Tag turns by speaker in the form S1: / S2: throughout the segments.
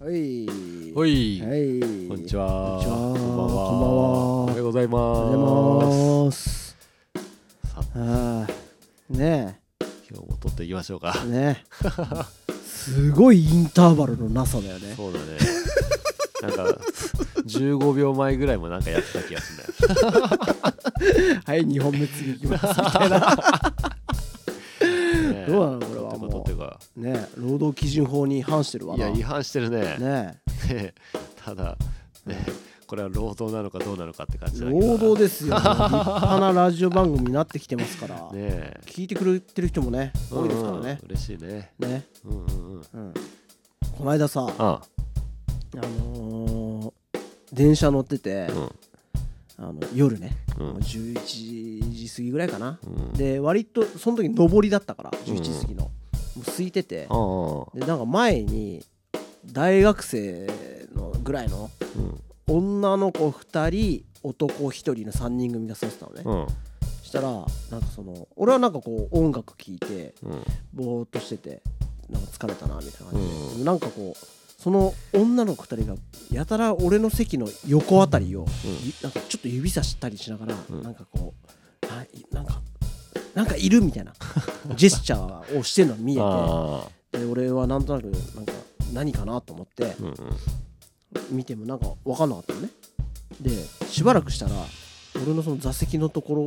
S1: はい。
S2: ほい、
S1: はい。
S2: こんにちは。
S1: こんにちは
S2: こんばんは。
S1: こ
S2: お
S1: んばんは
S2: はようございま
S1: おはようござ
S2: す。
S1: います。
S2: さ
S1: あ
S2: あ、
S1: ーね
S2: 今日も撮っていきましょうか。
S1: え、ねえ。すごいインターバルのなさだよね。
S2: そう だね。なんか、15秒前ぐらいもなんかやってた気がするんだよ。
S1: はい、二本目次行き ます。みたい
S2: ねえ
S1: どうなのこれは
S2: 撮って
S1: もう
S2: こ撮ってこ
S1: なねえ、労働基準法に反してるわ
S2: い
S1: な。
S2: や、違反してるね。ね
S1: ね
S2: え ただ、ねえこれは労働なのかどうなのかって感
S1: え、
S2: じだけどな。
S1: 労働です よ。立派なラジオ番組になってきてますから。
S2: ねえ。
S1: 聞いてくれてる人もね、多いですからね
S2: うん。嬉しいね。
S1: ね、
S2: うんうんうん。
S1: うん。この間さ、あ
S2: あ
S1: のー電車乗ってて
S2: あ、う、ん
S1: あの夜ね、
S2: うん
S1: もう11時過ぎぐらいかな、
S2: うん。
S1: で割とその時上りだったから
S2: うん
S1: 11時過ぎの、もう空いてて
S2: ああ、う
S1: でなんか前に大学生のぐらいの
S2: ん
S1: 女の子2人男1人の3人組が座ってたのね、
S2: うん
S1: そしたらなんかその俺はなんかこう音楽聴いて
S2: うん。
S1: ぼーっとしててなんか疲れたなみたいな感じで、
S2: うん
S1: でもなんかこうその女の子2人がやたら俺の席の横あたりを、
S2: うん
S1: ゆなんかちょっと指さしたりしながら、
S2: うん
S1: なんかこうあいなんかなんかいるみたいなジェスチャーをしてるのが見え
S2: ああ、
S1: てで俺はなんとなくなんか何かなと思って
S2: うんうん。
S1: 見てもなんか分かんなかったのねでしばらくしたら俺のその座席のところ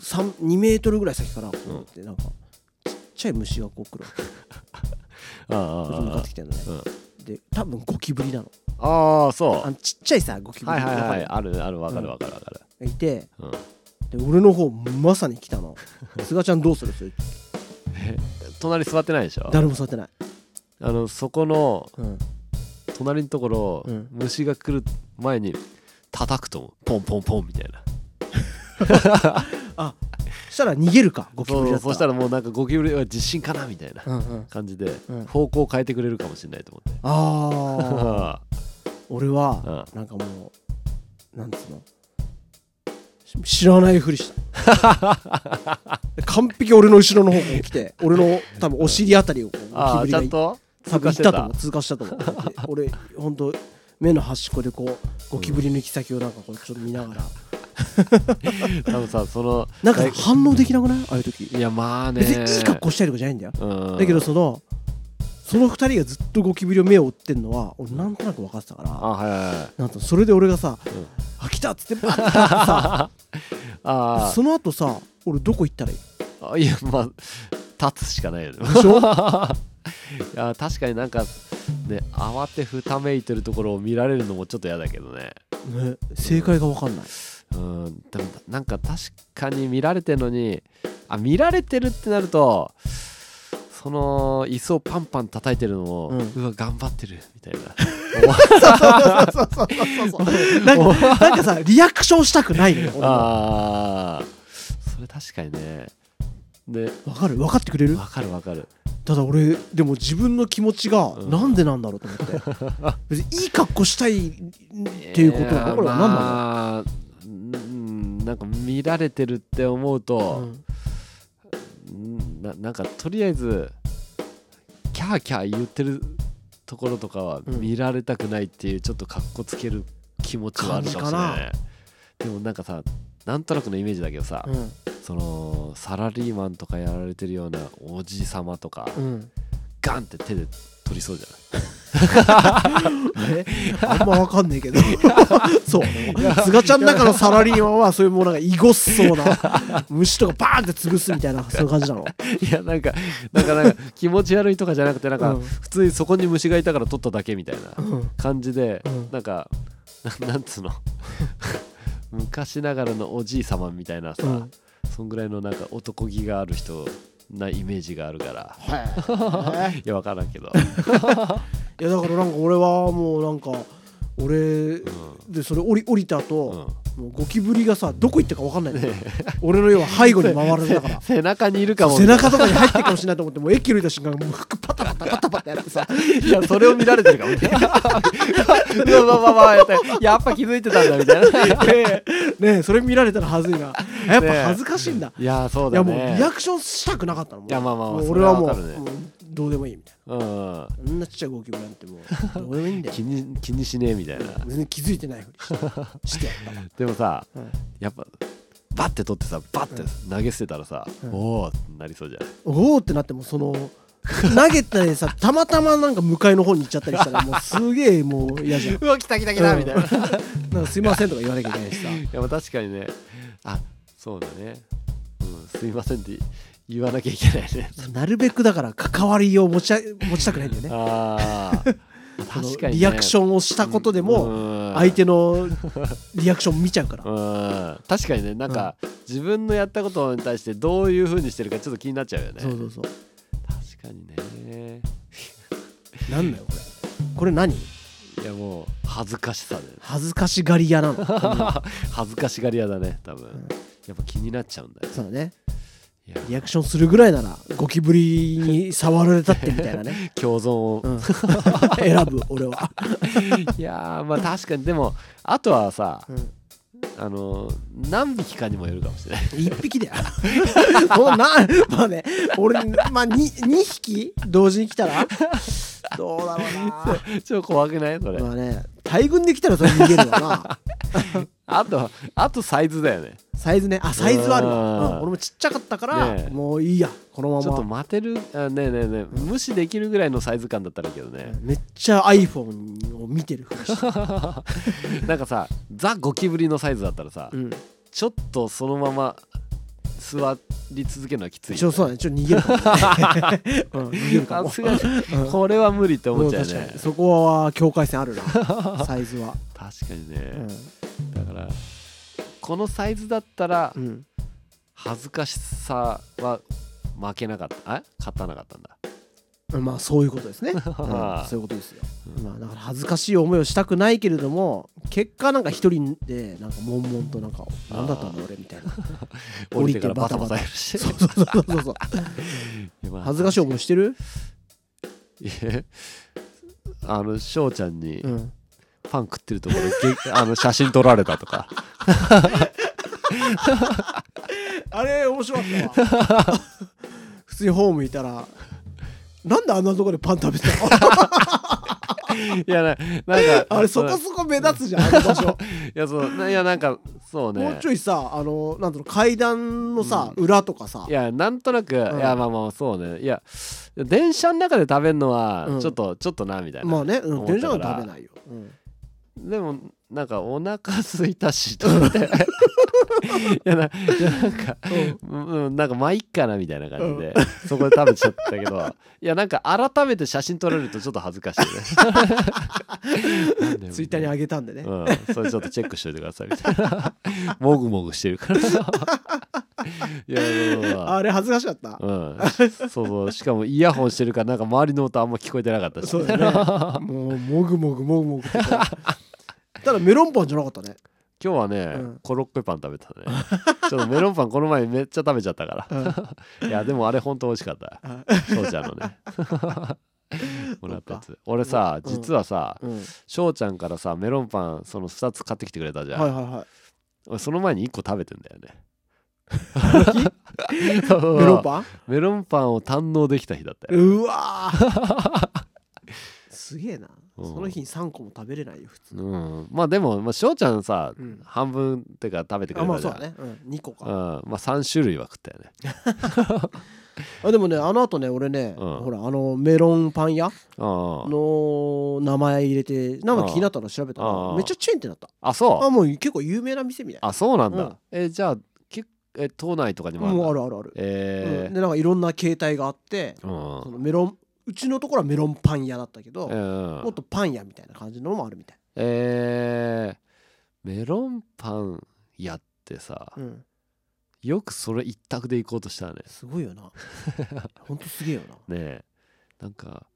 S1: 3 2メートルぐらい先からこうやってなんかちっちゃい虫がこう来るわけ
S2: あ
S1: こっち向か
S2: あ
S1: ってきてるのね
S2: うん
S1: で多分ゴキブリなの
S2: ああそ
S1: あ
S2: う
S1: のちっちゃいさゴキブリ
S2: はい
S1: わ
S2: はい
S1: か
S2: は
S1: る
S2: いあるあるわかるわかるわかる
S1: がいて
S2: うん
S1: で俺の方まさに来た の「菅ちゃんどうする?」それ
S2: 隣座ってないでしょ
S1: 誰も座ってない、
S2: あのそこの
S1: うん、
S2: 隣のところ、
S1: うん
S2: 虫が来る前に叩くと思うポンポンポンみたいな
S1: あそしたら逃げるかゴキブリ
S2: そ
S1: だ
S2: う
S1: った
S2: そしたらもうなんかゴキブリは地震かなみたいな
S1: うんうん、
S2: 感じで、
S1: うん
S2: 方向を変えてくれるかもしれないと思って
S1: ああ俺は
S2: う
S1: なんかもうなんつうのし知らないふりした 完璧俺の後ろの方向に来て俺の多分お尻あたりをこう
S2: あ
S1: ゴ
S2: あ
S1: キ
S2: ちゃ
S1: ブ
S2: ん
S1: リが
S2: と
S1: 多
S2: 通
S1: 分
S2: 過
S1: 行
S2: し
S1: ってたと思
S2: た
S1: う通過した と思うで俺ほんと目の端っこでこうゴキブリの行き先をなんかこうちょっと見なが ら
S2: 多分さその
S1: なんか
S2: 大
S1: さ反応できなくないああいう時
S2: いやまあね
S1: 別にいい格好したいとかじゃないんだよ
S2: うん
S1: だけどそのその2人がずっとゴキブリを目を追ってんのは俺なんとなく分かってたから
S2: あはいはいはい
S1: なんとそれで俺がさ
S2: うん
S1: 「あ来た!」っつ ってバッて さ
S2: あー
S1: その後さ俺どこ行ったらいい
S2: あいやまあ立つしか ないよね
S1: でしょ
S2: いや確かになんかね慌てふためいてるところを見られるのもちょっと嫌だけどね
S1: ね正解が分かん ない
S2: うんでもなんか確かに見られてるのにあ見られてるってなるとその椅子をパンパン叩いてるのを、う
S1: うん
S2: わ頑張ってるみたいな
S1: そうそうそうそうそうなんかなんかさリアクションしたくないのよ俺は
S2: ああそれ確かにねで
S1: 分かる分かってくれる
S2: わかるわかる
S1: ただ俺でも自分の気持ちが
S2: うん
S1: なんでなんだろうと思って別にいい格好したいっていうことなのこれは何な
S2: なのうんなんか見られてるって思うと、
S1: のうん
S2: んななんかとりあえずキャーキャー言ってるところとかは
S1: うん
S2: 見られたくないっていうちょっとかっこつける気持ちはあるかもしれないねでもなんかさなんとなくのイメージだけどさ、
S1: うん
S2: そのサラリーマンとかやられてるようなおじさまとか、
S1: うん
S2: ガンって手で取りそうじゃない
S1: えあんまわかんねえけどそう菅ちゃんの中のサラリーマンはそういうもうなんかいごっそうな虫とかバーンって潰すみたいなそういう感じなの
S2: いやなんかなんか なんか気持ち悪いとかじゃなくてなんか
S1: うん
S2: 普通にそこに虫がいたから取っただけみたいな
S1: うん
S2: 感じで、
S1: うん
S2: なんかななんつうの 昔ながらのおじい様みたいなさ、
S1: うん
S2: そんぐらいのなんか男気がある人なイメージがあるから
S1: はい
S2: いやわからんけど、
S1: いやだからなんか俺はもうなんか俺でそれ降り降りた
S2: うん
S1: 後、もうゴキブリがさどこ行ったかわかんないの俺の要は背後に回られたから
S2: 背中にいるかも
S1: 背中とかに入ってるかもしれないと思ってもう駅降りた瞬間もう服パタパタパタパタやってさ
S2: いやそれを見られてるかもうわうわうわやった やっぱ気づいてたんだみた いな
S1: ねえ ねえそれ見られたらはずいなやっぱ恥ずかしいんだ、
S2: いやそう
S1: いや
S2: だ
S1: もう
S2: ね
S1: リアクションしたくなかったのもう
S2: いやまあまあまあ
S1: もう
S2: そ
S1: 俺
S2: れは
S1: はもう
S2: わかるね
S1: もうどうでもいいみたい
S2: うん
S1: なあんなちっちゃいゴキブリなんてもうどうでもいいんだよ
S2: 気に気にしねえみたいな
S1: 全然気づいてないふりしてしてやった
S2: でもさ
S1: わ、はい
S2: やっぱバッて取ってさバッて投げ捨てたらさ、
S1: うん
S2: おおってなりそうじゃない
S1: おおってなってもその投げたりさたまたまなんか向かいの方に行っちゃったりしたらもうすげえもう嫌じゃん
S2: うわ来た来た
S1: うん
S2: いない
S1: なんかすいませんとか言わなきゃいけ ないしさ
S2: やまあ確かにねあそうだね、うん、すいませんって言わなきゃいけない ね
S1: なるべくだから関わりを持ちあ持ちたくないんだよね
S2: あ ー
S1: その
S2: 確かにね、
S1: リアクシ
S2: ョン
S1: ョンをしたことでも相
S2: 相
S1: 手のリアクション見ちゃう から
S2: うん確かにねなんか、自分のやったことに対してどういうふうにしてるかちょっと気になっちゃうよね
S1: そうそうそう
S2: 確かにね
S1: なんだよこれこれ何
S2: いやもう恥ずかしさで
S1: 恥ずかしがり屋 なの
S2: 恥ずかしがり屋だね多分、
S1: ん
S2: やっぱ気になっちゃうんだよ
S1: そうだね
S2: いや
S1: リアクションするぐらいならゴキブリに触られたってみたいな ね、
S2: 共存を、
S1: うん選ぶ俺は、
S2: いやーまあ確かにでもあとはさ
S1: うん
S2: あのー何匹かにもよるかもしれない
S1: 一匹だよ。 もうな、まあね、俺、まあ、に、二匹同時に来たら。どうだろ う
S2: ちょっと怖くないそれ、
S1: な。まあね、大群で来たら、それ逃げるわな。
S2: あとあとサイズだよね
S1: サイズね、あ、サイズはあるわ。
S2: うん
S1: うん俺もちっちゃかったから、
S2: ねえ
S1: もういいや、このま
S2: ちょっと
S1: ま。
S2: 待てるあねえねえねえ無視できるぐらいのサイズ感だったらいいけど ね、
S1: めっちゃ iPhone を見てるふりして、
S2: なんかさザ・ゴキブリのサイズだったらさ、
S1: うん、
S2: ちょっとそのまま座り続けるのはきついよ
S1: ちょそうだねちょっと逃げるかも、ね うん、逃げるか
S2: さ
S1: も
S2: すがにこれは無理って思っちゃう
S1: うん確か
S2: ね
S1: にそこは境界線あるなサイズは、
S2: 確かにね、
S1: う
S2: だからこのサイズだったら
S1: んうん、
S2: 恥ずかしさは負けなかったあ勝たなかったんだ
S1: まあそういうことですね、 うんそういうことですよ、
S2: うん
S1: まあだから恥ずかしい思いをしたくないけれども結果なんか一人でなんか悶々となんか
S2: あー
S1: 何だったんだ俺みたいな
S2: 降りてからバタバタやるし
S1: そうそう そうそうそう恥ずかしい思いしてる、
S2: いえあの翔ちゃんに
S1: うん、
S2: パン食ってるところで、げあの写真撮られた とか
S1: あれ面白かったわ 普通にホームいたらなんであんなとこでパン食べて たの
S2: いやななんか
S1: あれそこそこ目立つじゃんあの 場所
S2: いやそうないやなんかそうね
S1: もうちょいさあのなんだろう階段のさ、裏とかさ
S2: いやなんとなく、
S1: ん
S2: いやまあまあそうねいや電車の中で食べるの
S1: う
S2: は
S1: ん
S2: ちょっと、ちょっとなみたいな、
S1: まあね、うん、電車
S2: 思
S1: な
S2: っ
S1: んか食
S2: たから
S1: べないよ、うん
S2: でもなんかお腹空いたしと思っていやないやなんか、うんうんなんかまあいっかなみたいな感じで、そこで食べちゃったけどいやなんか改めて写真撮られるとちょっと恥ずかしいね
S1: ツイッターに上げたんでね、
S2: うん、それちょっとチェックしといてくださいみたいなもぐもぐしてるからいやまあまあまあ
S1: あれ恥ずかしかった、
S2: うん、そうそうしかもイヤホンしてるからなんか周りの音あんま聞こえてなかったし
S1: そうだねもうもぐもぐもぐもぐってた ただメロンパンじゃなかったね、
S2: 今日はね、
S1: うん
S2: コロッケパン食べたね ちょっとメロンパンこの前めっちゃ食べちゃったからいやでもあれほんと美味しかった
S1: あ
S2: 翔ちゃんの ねもらったやつ俺さ
S1: うん
S2: 実はさ
S1: うん
S2: 翔ちゃんからさメロンパンその2つ買ってきてくれたじゃん、
S1: はいはいは
S2: 俺その前に1個食べてんだよね
S1: い メロン
S2: ン
S1: パン
S2: メロンパンを堪能できた日だったよ
S1: うわー すげえな
S2: うん
S1: その日に3個も食べれないよ普通
S2: うんまあでもまあ翔ちゃんさ、
S1: うん
S2: 半分ってか食べてく
S1: あ
S2: れ
S1: まあ
S2: た
S1: そ
S2: じゃ
S1: うんだね、うん、2個
S2: う
S1: か
S2: ん、まあ3種類は食ったよね
S1: あでもねあの後ね俺ね、
S2: うん
S1: ほらあのメロンパン屋
S2: あ
S1: の名前入れてなんか気になったら調べた
S2: あ
S1: ら
S2: あ
S1: めっちゃチェーンってなった
S2: ああそ
S1: あ
S2: う
S1: もう結構有名な店みたい
S2: あそうなんだ、
S1: うん
S2: えじゃあけえ都内とかに
S1: な
S2: もあるんだ
S1: もうあるあるある、う
S2: え
S1: んでなんかいろんな形態があって
S2: ー、うん
S1: そのメロンうちのところはメロンパン屋だったけど、
S2: うん
S1: もっとパン屋みたいな感じのもあるみたい、
S2: えー、メロンパンやってさ、
S1: うん、
S2: よくそれ一択で行こうとしたね
S1: すごいよな ほんとすげえよな
S2: ねえなんか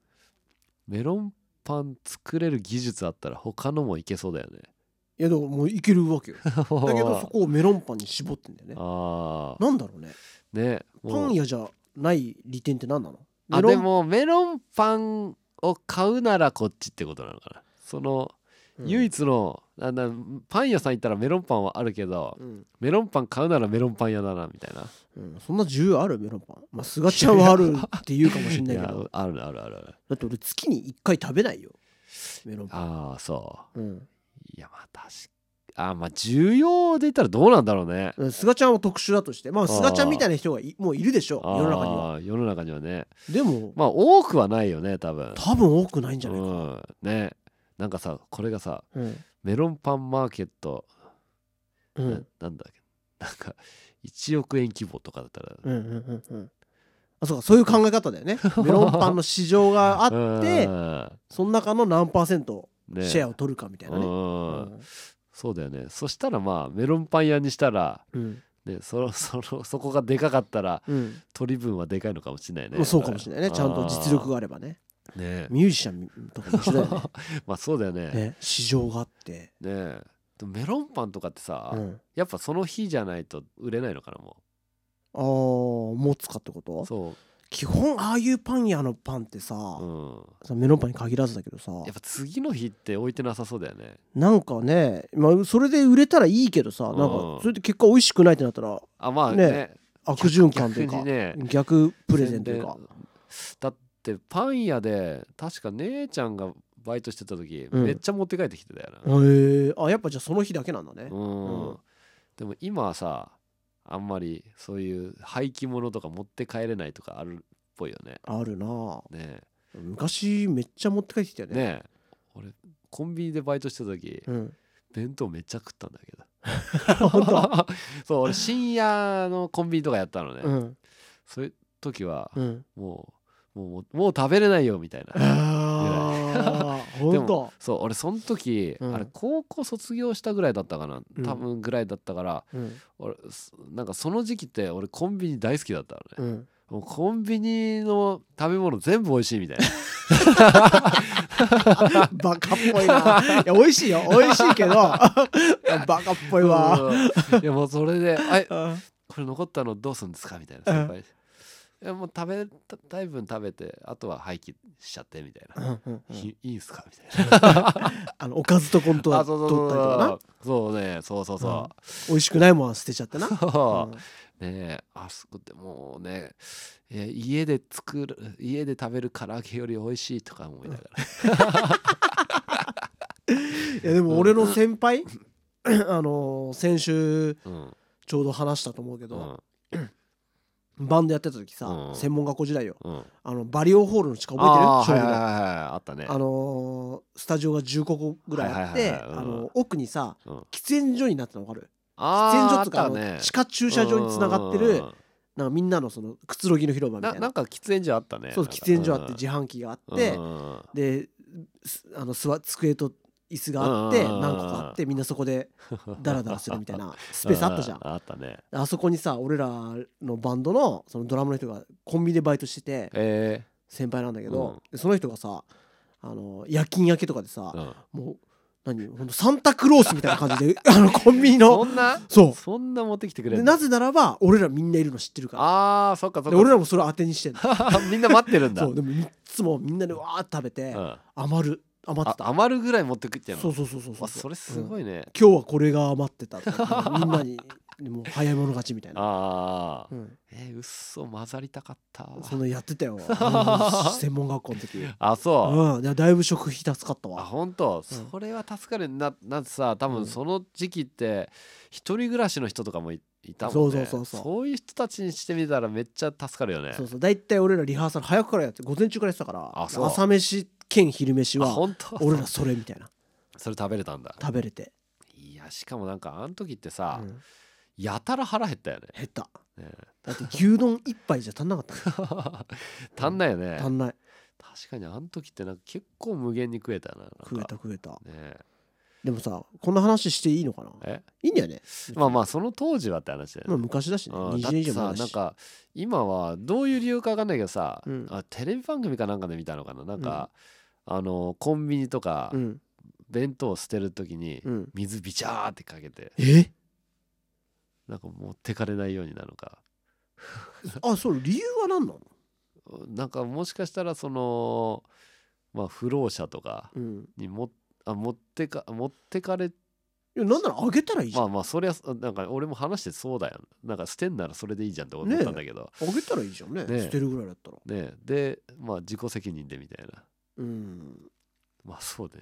S2: メロンパン作れる技術あったら他のもいけそうだよね
S1: いやでももういけるわ けよだ
S2: だけ
S1: けどそこをメロンパンに絞ってんだよね
S2: ああ
S1: なんだろうね
S2: ね
S1: パ
S2: もう
S1: ン屋じゃない利点って何なの
S2: あ
S1: メロ
S2: で
S1: ン
S2: もメロンパンを買うならこっちってことなのかなその
S1: うん
S2: 唯一のあなパン屋さん行ったらメロンパンはあるけど
S1: うん、
S2: メロンパン買うならメロンパン屋だなみたいな
S1: うん、そんな自由あるメロンパンまあ菅ちゃんはあるって言うかもしん
S2: い
S1: ないけ
S2: や
S1: ど
S2: あるあるあるある
S1: だって俺月に1回食べないよメロンパン
S2: ああそ
S1: うん
S2: ういやまあ確かあーまあ重要で言ったらどうなんだろうね
S1: うん菅ちゃんは特殊だとしてまあ
S2: あー
S1: 菅ちゃんみたいな人がいもういるでしょ世の中には
S2: あー世の中にはね
S1: でも
S2: まあ多くはないよね多分
S1: 多分多くないんじゃないか
S2: うんねなんかさこれがさ
S1: うん
S2: メロンパンマーケット、
S1: うんう
S2: なんなんだっけなんか1億円規模とかだったら、
S1: うんうんうんあそうかそういう考え方だよねメロンパンの市場があって
S2: う
S1: その中の何パーセント
S2: んね
S1: シェアを取るかみたいなね
S2: うんそうだよねそしたらまあメロンパン屋にしたら、
S1: うん
S2: ね、そ のそのそこがでかかったら
S1: うん
S2: 取り分はでかいのかもしれない
S1: ま
S2: ね
S1: あそうかもしれないねちゃんと実力があればね
S2: あーね
S1: ミュージシャンとかも一緒だよね
S2: まあそうだよね ね
S1: ね市場があって
S2: でもメロンパンとかってさ、
S1: うん
S2: やっぱその日じゃないと売れないのかなも
S1: ああ持つかってこと
S2: うそ
S1: 基本ああいうパン屋のパンってさ、
S2: う、うん、
S1: そのメロンパンに限らずだけどさ
S2: やっぱ次の日って置いてなさそうだよね
S1: なんかね、まあ、それで売れたらいいけどさ、
S2: うん
S1: なんかそれで結果美味しくないってなったら
S2: あまあ
S1: ね
S2: ね
S1: 悪循環という
S2: 逆
S1: か
S2: にね
S1: 逆プレゼンというか
S2: 宣伝だってパン屋で確か姉ちゃんがバイトしてた時、
S1: うん
S2: めっちゃ持って帰ってきてたよな
S1: へえあやっぱじゃあその日だけなんだね
S2: うん、
S1: うん
S2: でも今はさあんまりそういう廃棄物とか持って帰れないとかあるっぽいよね
S1: あるな
S2: ね
S1: 昔めっちゃ持って帰ってきたよ
S2: え
S1: ね
S2: ねえ俺コンビニでバイトしてた時、
S1: うん
S2: 弁当めっちゃ食ったんだけど
S1: 本
S2: そう俺深夜のコンビニとかやったのね、
S1: 当うん
S2: そういう時は
S1: うん
S2: もうもうもう食べれないよ みたいな
S1: ああ
S2: で
S1: 本当
S2: もそう俺その時、
S1: うん
S2: あれ高校卒業したぐらいだったかな
S1: うん
S2: 多分ぐらいだったから、
S1: うん
S2: 俺すなんかその時期って俺コンビニ大好きだったの
S1: う
S2: ね、
S1: ん
S2: もうコンビニの食べ物全部美味しいみたいな
S1: バカっぽいないや美味しいよ美味しい けどバカっぽいわ
S2: うんいやもうそれで「はい
S1: うん
S2: これ残ったのどうするんですか?」みたいな
S1: うん
S2: 先輩にいやもう食べたたい分食べてあとは廃棄しちゃってみたいな
S1: うんうん
S2: 「
S1: うん
S2: いいいんすか?」みたい
S1: あのおかずとコント
S2: な
S1: だ
S2: あそうそう
S1: 取っ
S2: そう
S1: たりとかな
S2: そうそうねそうそうそう
S1: 美味しくないもんは捨てちゃってな
S2: そ
S1: う
S2: う
S1: ん
S2: ねえあそこでもうね、えー家で作る家で食べる唐揚げより美味しいとか思いながら、
S1: いやでも俺の先輩 あのー先週
S2: うん
S1: ちょうど話したと思うけ
S2: う
S1: ど
S2: ん
S1: バンドやってた時さ
S2: うん
S1: 専門学校時代よ
S2: うん、
S1: あのバリオホールの地下覚
S2: あ
S1: えて
S2: ー
S1: る
S2: はい
S1: 勝
S2: は
S1: 負の
S2: いはいはいあったね
S1: あのースタジオが15個ぐらいあっ
S2: はい
S1: て
S2: はいはいはいうん
S1: あの奥にさ
S2: うん
S1: 喫煙所になってたの分かる喫
S2: あ
S1: 煙
S2: ー
S1: 所とかあ
S2: あったね
S1: の地下駐車場につながって
S2: うんう
S1: る
S2: んうん
S1: なんかみんなのそのくつろぎの広場み
S2: な
S1: たい
S2: なん
S1: な
S2: か喫煙所あったね
S1: そう
S2: なんか
S1: 喫煙所あって
S2: うん
S1: 自販機があって
S2: うんうんうん
S1: ですあの座机と椅子があって
S2: うんうんうんうん
S1: 何個かあってみんなそこでダラダラするみた いなスペースあったじゃん
S2: う。あったね
S1: あそこにさ俺らのバンドのそのドラムの人がコンビニでバイトしてて
S2: え
S1: 先輩なんだけど、でその人がさあの夜勤明けとかでさ
S2: ー、う、ん
S1: もう何ほんとサンタクロースみたいな感じで あのコンビニの
S2: そんな
S1: そう
S2: そんな持ってきてくれ
S1: で
S2: る
S1: なぜならば俺らみんないるの知ってるか
S2: あーそっからそっ
S1: で
S2: か
S1: 俺らもそれ当てにしてんの
S2: みんな待ってるんだ
S1: そうでもいつもみんなでわーって食べて、
S2: うん
S1: 余る余っ
S2: あ
S1: てた
S2: 余るぐらい持ってくってやんの
S1: そうそうそうそうう
S2: あそれす
S1: うん
S2: ごいね、
S1: 今日はこれが余ってたってみんなにもう早い者勝ちみたいな、
S2: ああ、
S1: うん、
S2: えーうっそ混ざりたかった
S1: そのやってた よあの専門学校の時
S2: あそう、
S1: うん、だだいぶ食費助かった
S2: あ
S1: わ。
S2: 本当、それは助かるななんてさ多
S1: うん
S2: 分その時期って一人暮らしの人とかもいいたもんね
S1: そうそうそうそう
S2: いう人たちにしてみたらめっちゃ助かるよね
S1: そうそう、だいたい俺らリハーサル早くからやって、午前中からやってたから、
S2: あそう
S1: 朝飯兼昼飯
S2: あ
S1: は、
S2: 本当
S1: 俺らそれみたいな、
S2: それ食べれたんだ
S1: 食べれて。
S2: いやしかもなんかあの時ってさ、
S1: うん
S2: やたら腹減った よね
S1: 減った。
S2: ね
S1: だって牛丼一杯じゃ足んなかった
S2: 足んないよ
S1: の。
S2: ね
S1: 足んない。
S2: 確かにあの時ってなんか結構無限に食えたななんか
S1: 食えた食えた。
S2: ね
S1: でもさ、こんな話していいのかな
S2: え
S1: いいんだよね。
S2: まあまあその当時はって話だよね
S1: まあ昔だしね、
S2: うん
S1: 20
S2: だっ
S1: 年以
S2: て
S1: 上
S2: さ
S1: 前
S2: な
S1: だ
S2: ん
S1: し。
S2: か今はどういう理由か分かんないけどさ、
S1: うん
S2: あテレビ番組かなんかで見たのかななんか、あのコンビニとか
S1: うん、
S2: 弁当を捨てる時に
S1: うん。
S2: 水ビチャーってかけて
S1: え
S2: なんか持ってかれないようになのか
S1: あ、そう、理由は何なの
S2: なんかもしかしたらそのまあ不老者とか
S1: うん。
S2: にもあ持ってか持ってかれ
S1: いやなんならあげたらいいじゃ
S2: ま
S1: ん、
S2: あまあそりゃなんか俺も話してそうだよなんか捨てんならそれでいいじゃんって思ったんだけど
S1: あげたらいいじゃんね
S2: ねえ
S1: 捨てるぐらいだったら
S2: ねでまあ自己責任でみたいな
S1: うん
S2: まあそうね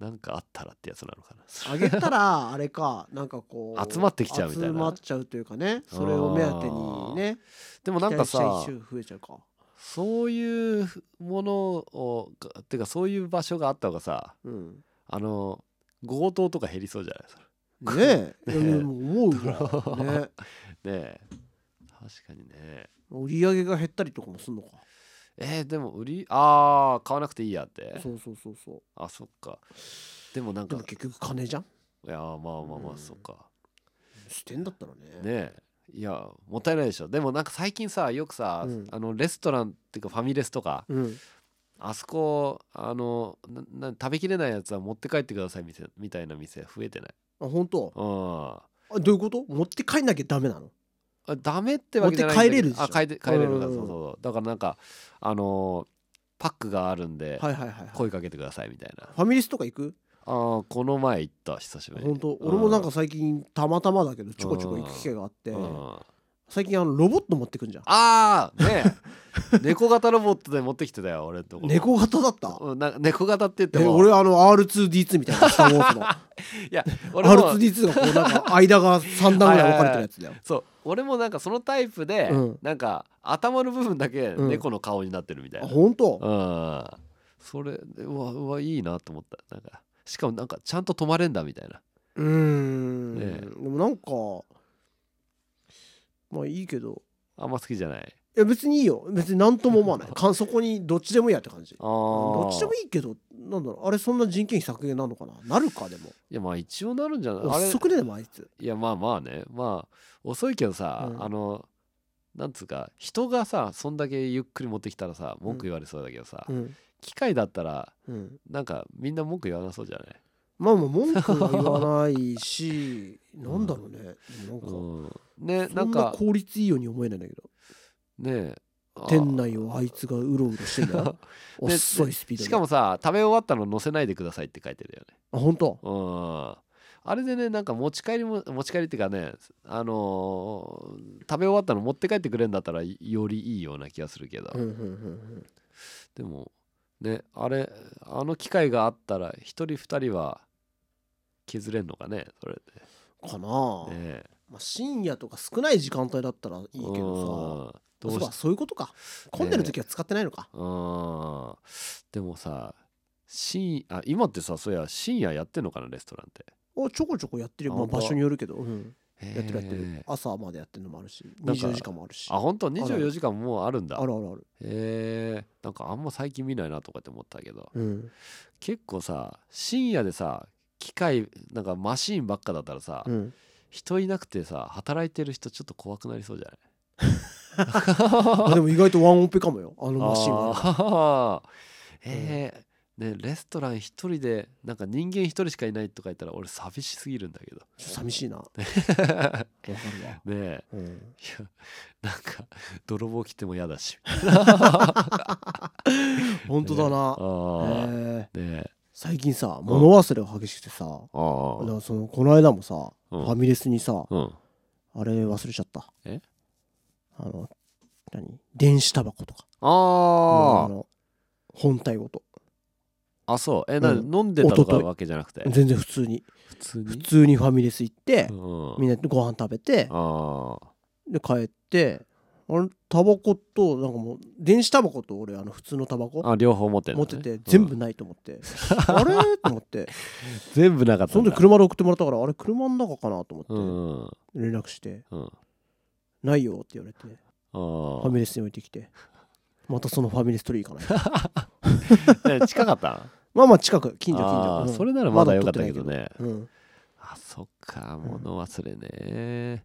S2: なんかあったらってやつなのかな
S1: あげたらあれかなんかこう
S2: 集まってきちゃうみたいな
S1: 集まっちゃうというかねそれを目当てにね
S2: でもなんか
S1: 期待
S2: さ
S1: しちゃう一周増えちゃうか
S2: そういうものをかてかそういう場所があった方がさ
S1: うん
S2: あの強盗とか減りそうじゃないですか
S1: ねえ
S2: ねえ
S1: いやでも思うわ ね
S2: ねえ確かにね
S1: 売り上げが減ったりとかもすんのか
S2: えーでも売りああ買わなくていいやって
S1: そうそうそうそう
S2: あそっかでもなん
S1: で
S2: か
S1: も結局金じゃん
S2: いやーまあまあま
S1: う
S2: あ
S1: ん
S2: そっか
S1: 捨てんだったらね
S2: ねえいやもったいないでしょでもなんか最近さよくさ、
S1: うん
S2: あのレストランっていうかファミレスとか
S1: うん
S2: あそこあのなな食べきれないやつは持って帰ってくださいみたいみたいな店増えてない
S1: あ本当
S2: うんあ
S1: あどういうこと持って帰んなきゃダメなの
S2: ダメってわけじゃない
S1: 持って帰れるでしょ
S2: あ帰れ帰れるんだ
S1: う
S2: そ
S1: ん
S2: うそうそうだからなんかあのーパックがあるんで、
S1: はいはいはいはい
S2: 声かけてくださいみたいな
S1: ファミレスとか行く
S2: あーこの前行った久しぶりに
S1: 本当
S2: う
S1: 俺もなんか最近たまたまだけどちょこちょこ行く機会があって
S2: うん
S1: 最近あのロボット持ってくんじゃん
S2: ああねえ猫型ロボットで持ってきてたよ俺のところ
S1: 猫型だった
S2: うんな猫型って言って
S1: え
S2: も
S1: 俺あの R2D2 みたいなスター・ウォ ーズの
S2: いや俺も
S1: R2D2 がこうなんか間が3段ぐらい分かれてるやつだよ
S2: そう俺もなんかそのタイプで、
S1: うん
S2: なんか頭の部分だけ
S1: うん
S2: 猫の顔になってるみたい
S1: あ
S2: な、
S1: 本当
S2: うんそれうわうわいいなと思ったなんかしかもなんかちゃんと止まれんだみたいな
S1: うーん、
S2: ねえ
S1: でもなんかまあいいけど
S2: あんま好きじゃない
S1: いや別にいいよ別に何とも思わないかんそこにどっちでもいいやって感じ
S2: あ
S1: どっちでも
S2: い
S1: いいけどなんだろうあれそんな人件費削減なのかななるかでも
S2: いやまあ一応なるんじゃないあれ
S1: 遅くねでもあいつ
S2: いやまあまあねまあ遅いけどさ、
S1: うん
S2: あのなんつうか人がさそんだけゆっくり持ってきたらさ文句言われそうだけどさ、
S1: うん
S2: 機械だったら
S1: うん
S2: なんかみんな文句言わなそうじゃない、
S1: まあまあ文句は言わないしなんだろうねでもなんか
S2: うん、ね
S1: そ
S2: なん
S1: んな
S2: か
S1: 効率いいように思えないんだけど
S2: ねえあ
S1: 店内をあいつがうろうろしてんだよ
S2: で
S1: 遅いスピードで
S2: しかもさ食べ終わったの載せないでくださいって書いてるよね
S1: あ本当
S2: うんあれでねなんか持ち帰りも持ち帰りっていうかねあのー食べ終わったの持って帰ってくれんだったらよりいいような気がするけど、
S1: うんうんうん
S2: でもねあれあの機会があったら一人二人は削れんのかねそれ
S1: うんかなあ
S2: でね
S1: まあ、深夜とか少ない時間帯だったらいいけ
S2: い
S1: どさ
S2: どう
S1: そう
S2: し
S1: かそういうことか混んでる時は使ってないのか、
S2: うんでもさ深あ今ってさそういや深夜やってんのかなレストランって
S1: おちょこちょこやってるよ、まあ、
S2: 本当
S1: 場所によるけど、やってるやって
S2: へ
S1: る
S2: え
S1: 朝までやってるのもあるし
S2: なんか
S1: 24時間もあるし
S2: あ本当
S1: ある
S2: 24時間もうあるんだ
S1: あるあるある、
S2: へえなんかあんま最近見ないなとかって思ったけど
S1: うん
S2: 結構さ深夜でさ機械なんかマシーンばっかだったらさ、
S1: うん、
S2: 人いなくてさ働いてる人ちょっと怖くなりそうじゃない
S1: あでも意外とワンオペかもよ あのマシンは
S2: はえーねレストラン一人でなんか人間一人しかいないとか言ったら俺寂しすぎるんだけど
S1: ちょっと寂しいなわかるわ、
S2: ねえ
S1: うん、
S2: いやなんか泥棒来ても嫌だし
S1: 本当だな、
S2: ああ
S1: へえ
S2: ねえ
S1: 最近さ物忘れが激しくてさ、
S2: ああ
S1: だからそのこの間もさ、
S2: うん
S1: ファミレスにさ
S2: うん
S1: あれ忘れちゃった
S2: え
S1: あの何電子タバコとかあ
S2: あ
S1: の本体ごと
S2: ああそうえな
S1: うん
S2: 飲んでたとか
S1: 一昨日
S2: わけじゃなくて
S1: 全然普通に
S2: 普通
S1: 普
S2: に
S1: 通にファミレス行って
S2: うん
S1: みんなでご飯食べて
S2: ああ
S1: で帰ってあれタバコとなんかもう電子タバコと俺あの普通のタバコ
S2: あ両方持ってる
S1: 持
S2: の
S1: って
S2: ね
S1: て全
S2: う
S1: 部
S2: ん
S1: ないと思ってあれと思 って
S2: 全部なかった
S1: そ
S2: ん
S1: の
S2: だ
S1: 時車で送ってもらったからあれ車の中かなと
S2: う
S1: 思って
S2: んう
S1: 連
S2: ん
S1: 絡して
S2: うん
S1: 「ないよ」って言われてファ
S2: あ
S1: ミレスに置いてきてまたそのファミレス取り行かない
S2: あね近かった
S1: まあまあ近く近所近所
S2: あー
S1: うん
S2: それならまだ良かったけどね
S1: まだ撮ってないけどうん
S2: あそっか物忘れね、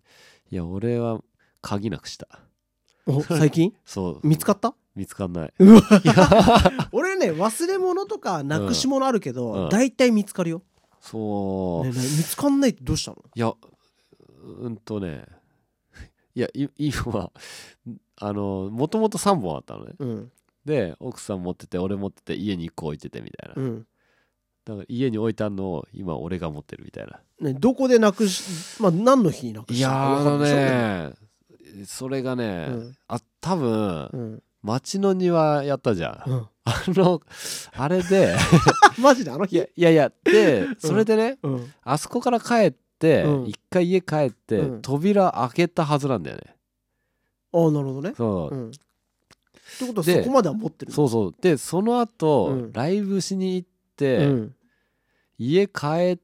S2: いや俺は鍵なくした
S1: お最 近
S2: そう
S1: 見つかった
S2: 見つかんない
S1: 俺ね忘れ物とかなくし物あるけど、
S2: うん
S1: 大体見つかるよ、
S2: そう、
S1: ねね見つかんないってどうしたの
S2: いやうんとねいやい今あのもともと3本あったのね
S1: うん
S2: で奥さん持ってて俺持ってて家に1個置いててみたいな、
S1: うん
S2: だから家に置いてあるのを今俺が持ってるみたいな
S1: ね、どこでなくし、まあ、何の日になく
S2: い
S1: した
S2: や
S1: か
S2: ーあ
S1: わか
S2: の
S1: んないでしょ
S2: ねそれがね、
S1: うん
S2: あ多分、
S1: うん
S2: 町の庭やったじゃん、
S1: うん、
S2: あのあ れで
S1: マジであの
S2: い
S1: 日
S2: やいやいやでそれでね、
S1: うん、
S2: あそこから帰って、
S1: うん
S2: 一回家帰って、
S1: うん
S2: 扉開けたはずなんだよね
S1: ああなるほどね、
S2: そう、
S1: うん、ってことはそ
S2: で
S1: こまでは持ってる
S2: そうそうでその後、
S1: うん
S2: ライブしに行っ
S1: う
S2: て、
S1: ん
S2: 家帰っ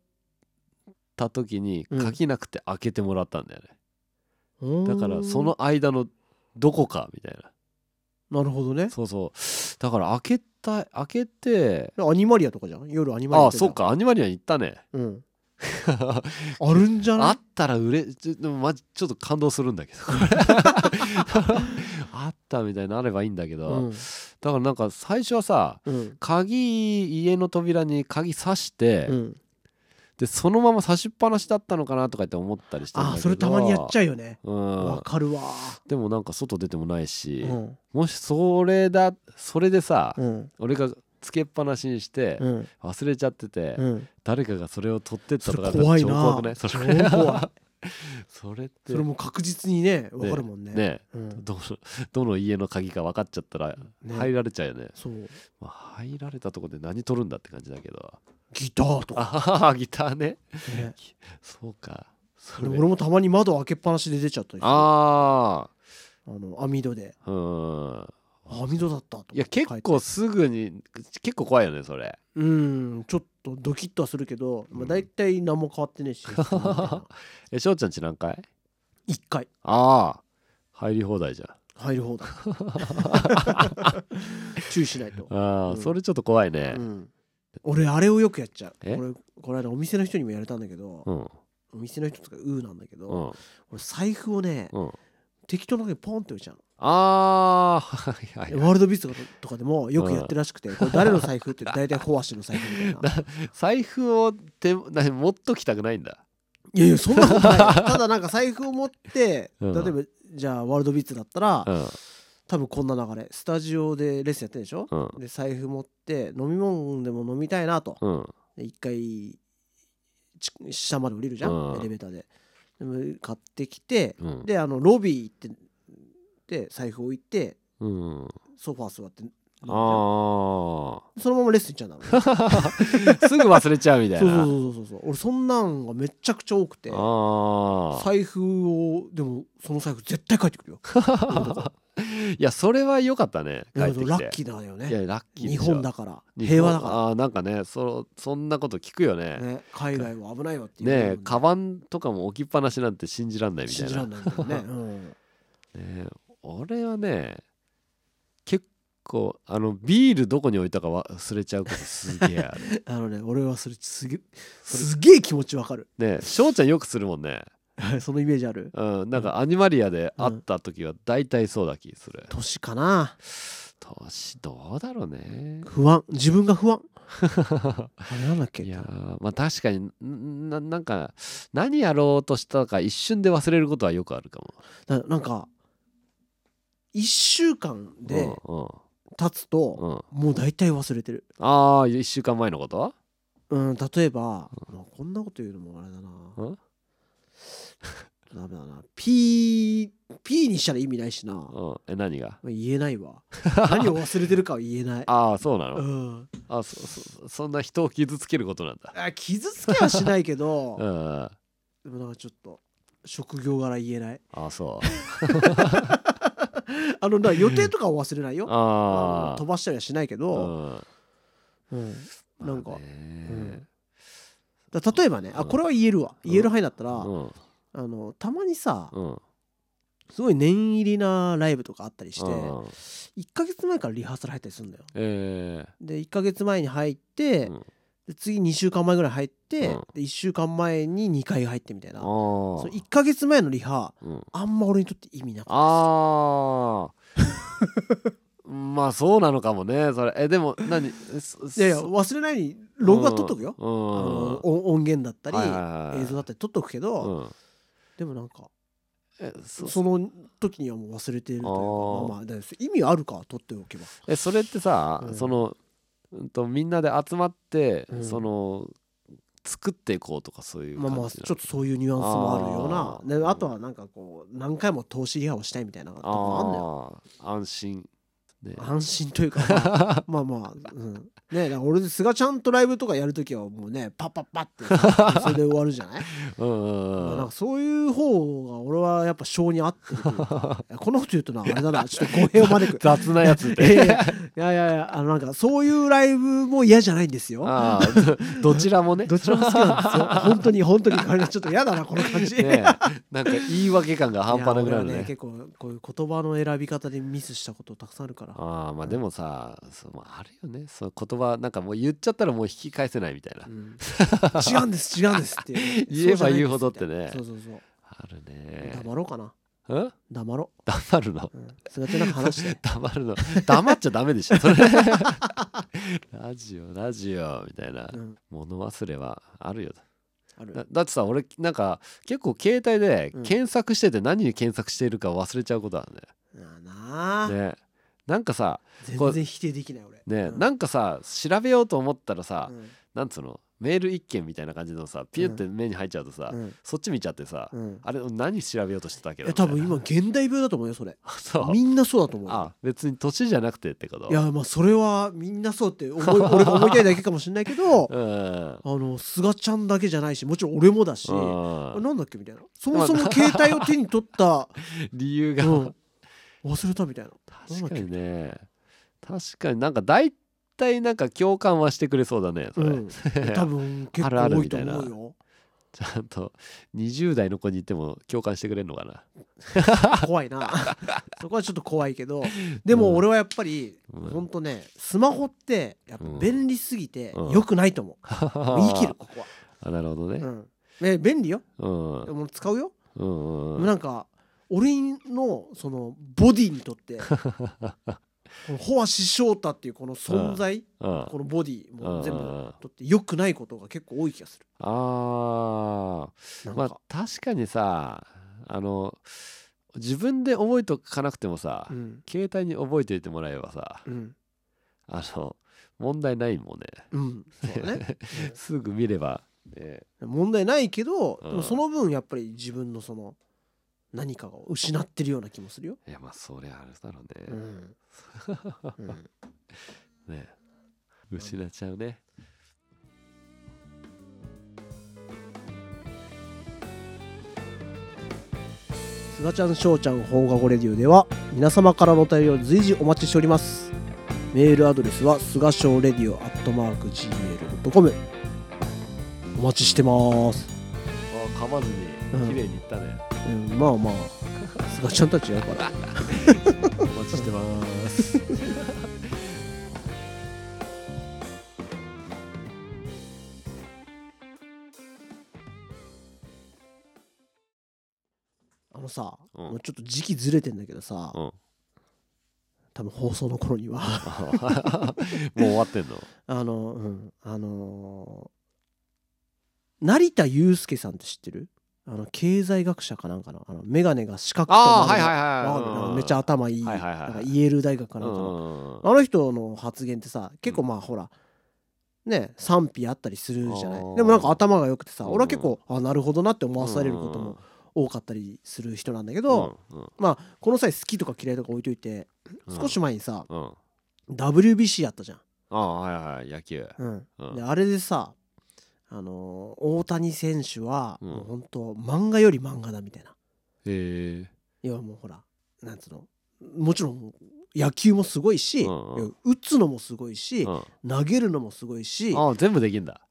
S2: た時に
S1: うん
S2: 鍵なくて開けてもらったんだよね、
S1: うーん
S2: だからその間のどこかみたいな
S1: なるほどね
S2: そうそうだから開けた開けて
S1: アニマリアとかじゃん夜アニマリア
S2: あ
S1: や
S2: あ
S1: ってた
S2: そっ、かアニマリアに行ったね
S1: うん、あるんじゃ
S2: あ
S1: ない
S2: ったらうれちょでもまじちょっと感動するんだけ どこれあったみたいになればいいんだけど、
S1: うん
S2: だからなんか最初はさ
S1: うん
S2: 鍵家の扉に鍵刺して、
S1: うん、
S2: でそのまま刺しっぱなしだったのかなとかって思ったりしてんだけ
S1: あ
S2: ど
S1: あそれたまにやっち
S2: ゃ
S1: ゃうよね
S2: う、
S1: わ
S2: ん、
S1: かるわ
S2: でもなんか外出てもないし、
S1: うん
S2: もしそれだそれでさ、
S1: うん
S2: 俺がつけっぱなしにして
S1: うん
S2: 忘れちゃってて、
S1: うん
S2: 誰かがそれを取ってった
S1: そ
S2: と
S1: れ
S2: か
S1: 怖い
S2: 超怖くな
S1: ない
S2: それ
S1: 超 怖い
S2: それって
S1: それも確実にねわかるもんね
S2: ね
S1: うん、
S2: どのどの家の鍵か分かっちゃったら
S1: ね
S2: 入られちゃうよね
S1: そう
S2: まあ、入られたとこで何取るんだって感じだけど
S1: ギターとか、
S2: ああギターね
S1: ね、
S2: そうかそ
S1: で
S2: れ
S1: 俺もたまに窓開けっぱなしで出ちゃったりする
S2: あ
S1: あの網戸で
S2: あうん
S1: 網戸だったと
S2: いや結構すぐに結構怖いよねそれ
S1: うんちょっとドキッとはするけど、ま
S2: う
S1: あ、
S2: ん
S1: 大体何も変わって ねえし
S2: え翔ちゃんち何回
S1: 一回
S2: ああ入り放題じゃん
S1: 入る方だ 注意しないと、
S2: ああ、
S1: うん
S2: それちょっと怖いね
S1: う。ん、俺あれをよくやっちゃう
S2: え
S1: 俺この間お店の人にもやれたんだけど、
S2: うん。
S1: お店の人とかうーなんだけど、
S2: うん。
S1: 俺財布をね、
S2: うん。
S1: 適当なとこにポンって置いちゃうの
S2: ああ、はい はいはい。
S1: ワールドビースとかでもよくやってるらしくて、これ誰の財布って大体ホワシの財布みたいな
S2: 財布を手な持っときたくないんだ。
S1: いやいやそんな ことないよただなんか財布を持って、
S2: うん
S1: 例えばじゃあワールドビーツだったら、
S2: うん。
S1: 多分こんな流れスタジオでレッスンやってるでしょ、
S2: うん。
S1: で財布持って飲み物でも飲みたいなと
S2: うん。
S1: で一回ち下まで降りるじゃん、
S2: うん
S1: エレベーターででも買ってきて、
S2: うん。
S1: であのロビー行ってで財布置いて
S2: うん。
S1: ソファー座って飲むじゃん
S2: あ
S1: そのままレッスン行っちゃうんだろうね
S2: あ。 すぐ忘れちゃうみたい
S1: そうそ
S2: な。
S1: うそうそうそう俺そんなんがめちゃくちゃ多くて
S2: ああ。
S1: 財布をでもその財布絶対帰ってくる よ
S2: いや、それは良かったね。帰
S1: ラ
S2: ってきて。
S1: ッキーだよ
S2: い
S1: ね
S2: や、ラッキーで
S1: 日
S2: しょ。
S1: 本だから
S2: 日本
S1: 平和だか
S2: ああ、なんかね、そそんなこと聞くよね。
S1: ら、ね、海外は危ないよっていう
S2: ねえ、カバンとかも置きっぱなしなんて信じらんないみた
S1: 信
S2: いな。
S1: じらんないんだよね、 うん、
S2: ね、俺はね結構あのビールどこに置いたか忘れちゃうことすげえ ある
S1: あのね俺はそれすげ
S2: それ
S1: すげえ気持ちわかる
S2: ね翔ちゃんよくするもんね、
S1: そのイメージある
S2: うん、なんかアニマリアで会った時は大体そうだ気する、
S1: 年かな
S2: 年どうだろうね
S1: 不安自分が不 安あれなんだっけ
S2: いやーまあ確かにんななんか何やろうとしたか一瞬で忘れることはよくあるかも
S1: ななんか1週間で
S2: う
S1: 経つ
S2: んう
S1: と、
S2: んうん、
S1: もう大体忘れてる
S2: ああ1週間前のこと
S1: うん例えば、まあこんなこと言うのもあれだな、
S2: うん
S1: ダメだな P, P にしたら意味ないしな、ま
S2: うん、え何が
S1: あ言えない わ何を忘れてるかは言えない
S2: ああそうなの、
S1: うん、
S2: あそそそんな人を傷つけることなんだ
S1: あ傷つけはしないけど、
S2: うん
S1: でもなんかちょっと職業柄言えない
S2: あそう
S1: あのだから予定とかは忘れない よあ
S2: あ
S1: の
S2: あ
S1: 飛ばしたりはしないけ
S2: う
S1: ど、
S2: ん
S1: うんなんか
S2: まあね
S1: だから例えばねあこれは言えるわ
S2: うん
S1: 言える範囲だったら、
S2: うん
S1: あのたまにさ
S2: うん
S1: すごい念入りなライブとかあったりして、
S2: うん
S1: 1ヶ月前からリハーサル入ったりするんだよ
S2: え
S1: で1ヶ月前に入って、
S2: うん
S1: で次2週間前ぐらい入って、
S2: うん
S1: で1週間前に2回入ってみたい
S2: ー
S1: な、
S2: あ
S1: その
S2: ー
S1: 1ヶ月前のリハ
S2: うん
S1: あんま俺にとって意味なかっ
S2: あーまあそうなのかもねそれえでも何
S1: たですいやいや忘れないように録画撮っとくよ、
S2: うん
S1: あの音音源だったり、
S2: はいはいはい
S1: 映像だったり撮っとくけ
S2: う
S1: ど、
S2: ん
S1: でもなんか
S2: えそ
S1: その時にはもう忘れてるというか
S2: あー
S1: まあまあだから意味あるか撮っておけば
S2: えそれってさ
S1: うん
S2: そのうんとみんなで集まって、
S1: うん
S2: その作っていこうとかそういう
S1: まあ
S2: 感じなの
S1: まあちょっとそういうニュアンスもあるような
S2: あ
S1: で
S2: ー
S1: あとはなんかこう何回も投資リハをしたいみたいなのとかもあんだよ
S2: あー安心ね
S1: 安心というかまあ まあまあ、うん、ねだから俺すがちゃんとライブとかやるときはもうねパッパッパってさそれで終わるじゃない、
S2: うんうん
S1: まあ
S2: うん
S1: なんかそういう方が俺はやっぱ性に合ってるという かいやこのこと言うとなあれだなちょっと語弊を招く
S2: 雑なやつっ
S1: いやいやい
S2: て
S1: やいやいやあのなんかそういうライブも嫌じゃないんです よ
S2: あ ーどどちらもね
S1: どちらも好きなんです よ本当に本当にあれちょっと嫌だなこの感じ、
S2: ねなんか言い訳感が半端な
S1: い
S2: くなる
S1: や俺は
S2: ね
S1: 結構こういう言葉の選び方でミスしたことたくさんあるから
S2: ああまあでもさそうまああるよねその言葉なんかもう言っちゃったらもう引き返せないみたいな、
S1: うん違うんです違うんですっていう
S2: 言えば言うほどってね
S1: そうじゃないんですってそうそうそう
S2: あるね
S1: 黙ろうかな
S2: うん
S1: 黙ろ
S2: 黙るの
S1: う、うん、すがちゃんなんか話し て
S2: 黙るの黙っちゃダメでしょ それラジオラジオみたいな、
S1: うん
S2: 物忘れはあるよ
S1: ある
S2: だだってさ俺なんか結構携帯で
S1: うん
S2: 検索してて何に検索しているか忘れちゃうことあるね,、
S1: なあなあ、
S2: ねなんかさこ
S1: 全
S2: う
S1: 然否定できない俺
S2: ね、
S1: うん
S2: なんかさ調べようと思ったらさ、
S1: うん
S2: なんつうのメール一件みたいな感じのさピュって目に入っちゃうとさ、
S1: うん
S2: そっち見ちゃってさ、
S1: うん
S2: あれ何調べようとしてたっけど
S1: え多分今現代病だと思うよそ れ
S2: そう
S1: みんなそうだと思うよ
S2: あ別に年じゃなくてってこと
S1: いやまあそれはみんなそうって 思い俺が思いたいだけかもしれないけど
S2: うんうん
S1: あのすがちゃんだけじゃないしもちろん俺もだしあなんだっけみたいなそもそも携帯を手に取 った、
S2: 理由
S1: う
S2: が、
S1: ん、忘れたみたいな
S2: 確かにね確かになんか大体なんか共感はしてくれそうだねそれ、
S1: うん、多分結
S2: あるある
S1: 構多い
S2: み
S1: と
S2: たいな
S1: 思う よ
S2: ちゃんと20代の子に言っても共感してくれるのかな
S1: 怖いな そこはちょっと怖いけどでも俺はやっぱり、
S2: うん
S1: ほんとねスマホってやっぱ便利すぎて
S2: うん
S1: 良くないと 思う、言い切るここは、
S2: あなるほどね
S1: うん、ね便利よ
S2: うんうん
S1: でも使うよ、
S2: うん
S1: で
S2: う
S1: も
S2: ん
S1: なんか俺のそのボディにとって このホアシショウタっていうこの存在、
S2: あ
S1: このボディも全部
S2: うんうんうん
S1: とって良くないことが結構多い気がする
S2: あ
S1: な
S2: ー
S1: ん
S2: ま
S1: か
S2: あ、確かにさあの自分で覚えとかなくてもさ、
S1: うん
S2: 携帯に覚えておいてもらえばさ
S1: うん
S2: あの問題ないもんね
S1: うんそうだね
S2: すぐ見れば、ね、
S1: 問題ないけど、
S2: うん
S1: でもその分やっぱり自分のその何かを失ってるような気もするよ、
S2: いやまあそりゃあるだろ
S1: う
S2: うん
S1: うん
S2: ねね失っちゃうね
S1: すがちゃんしょうちゃん放課後レディオでは皆様からのお便りを随時お待ちしておりますメールアドレスはすがしょうレディオアットマーク Gmail.com お待ちしてます、
S2: あ噛まずに
S1: うん
S2: 綺麗にいったね、
S1: うん、まあまあすがちゃんたちやから
S2: お待ちしてます
S1: あのさ、
S2: うん
S1: もうちょっと時期ずれてんだけどさ、
S2: うん
S1: 多分放送の頃には
S2: もう終わってんの
S1: あの、うん、あのー成田悠介さんって知ってるあの経済学者かなんかのあの眼鏡が四角と
S2: あー
S1: 丸が
S2: はいはいはい
S1: わかる
S2: うん
S1: なんかめっちゃ頭いい,、
S2: はいはいはいは
S1: な
S2: い
S1: んかイエール大学か
S2: う
S1: なんかの、
S2: ん
S1: あの人の発言ってさ結構まあほら、ね賛否あったりするじゃな
S2: あ
S1: い
S2: ー
S1: でもなんか頭が良くてさ
S2: うん
S1: 俺は結構あなるほどなって思わされることも多かったりする人なんだけど、
S2: うんうん
S1: まあこの際好きとか嫌いとか置いといて
S2: うん
S1: 少し前にさ
S2: うん
S1: WBC やったじゃん、
S2: ああはいはい野球
S1: うん
S2: うん
S1: であれでさあのー大谷選手は
S2: うん
S1: もう本当漫画より漫画だみたいな
S2: へえ
S1: 要はもうほらなんつうのもちろん野球もすごいし、
S2: うんうん
S1: いや打つのもすごいし、
S2: うん
S1: 投げるのもすごいし、うわ
S2: あ全部でき んだ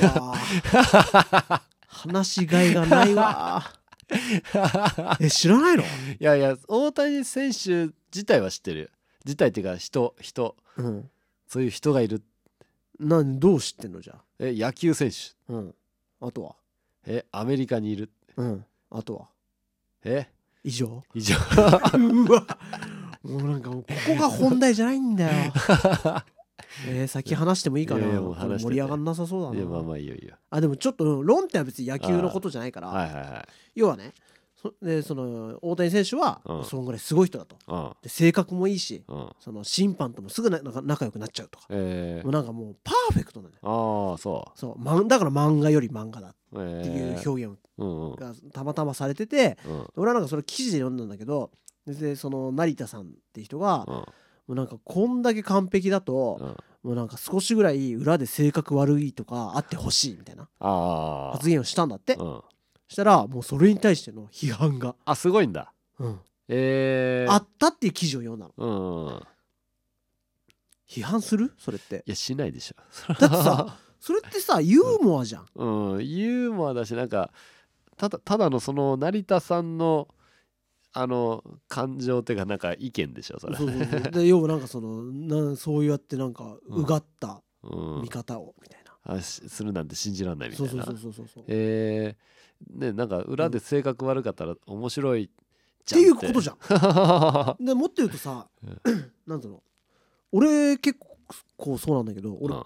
S1: ー 話しがいがないわーえ知らないの、
S2: いやいや大谷選手自体は知ってる自体っていうか人人
S1: うん、
S2: そういう人がいる
S1: なんどう知ってんのじゃあ、
S2: え野球選手
S1: うん、あとは、
S2: えアメリカにいる
S1: うん、あとは
S2: え
S1: 以 上
S2: 以上
S1: うわもうなんかもうここが本題じゃないんだよえー、先話してもいいかない
S2: やいやもう話してて
S1: 盛り上がんなさそうだ
S2: いや
S1: な
S2: まあまあいいよいいよ
S1: あでもちょっとうん論点は別に野球のことじゃないから、
S2: はいはいはい
S1: 要はねそでその大谷選手は、
S2: うん
S1: そのぐらいすごい人だと
S2: うん
S1: で性格もいいし
S2: うん
S1: その審判ともすぐななんか仲良くなっちゃうとか、
S2: え
S1: もう
S2: ー、
S1: なんかもうパーフェクトなんだよ
S2: ああそ
S1: そうまんだから漫画より漫画だっ
S2: うえ
S1: てい
S2: ー、
S1: う表現
S2: うんうん
S1: がたまたまされてて
S2: うん
S1: 俺はなんかそれ記事で読んだんだけどでその成田さんって人が
S2: うん
S1: もうなんかこんだけ完璧だと
S2: うん
S1: もうなんか少しぐらい裏で性格悪いとかあってほしいみたいな
S2: ああ
S1: 発言をしたんだって
S2: うん、
S1: したらもうそれに対しての批判が、
S2: あすごいんだ
S1: うん
S2: えー、
S1: あったっていう記事を読んだの
S2: うんうん
S1: 批判するそれって
S2: いやしないでしょ
S1: だって さそれってさユーモアじゃん
S2: うんユーモアだしなんかただただのその成田さんのあの感情っていうかなんか意見でしょそれ
S1: そうそうそうで要はなんかそのなんそうやってなんか
S2: うん
S1: うがった
S2: うん
S1: 見方をみたいな、
S2: あしするなんて信じらんないみた
S1: そ
S2: いうな
S1: そうそうそうそうそうっ
S2: えー、ねなんか裏で性格悪かったら面白いじ
S1: て
S2: ゃん
S1: いうことじ ゃん
S2: ゃん
S1: でもっと言うとさ なんだろう俺結構こうそうなんだけど俺、
S2: うん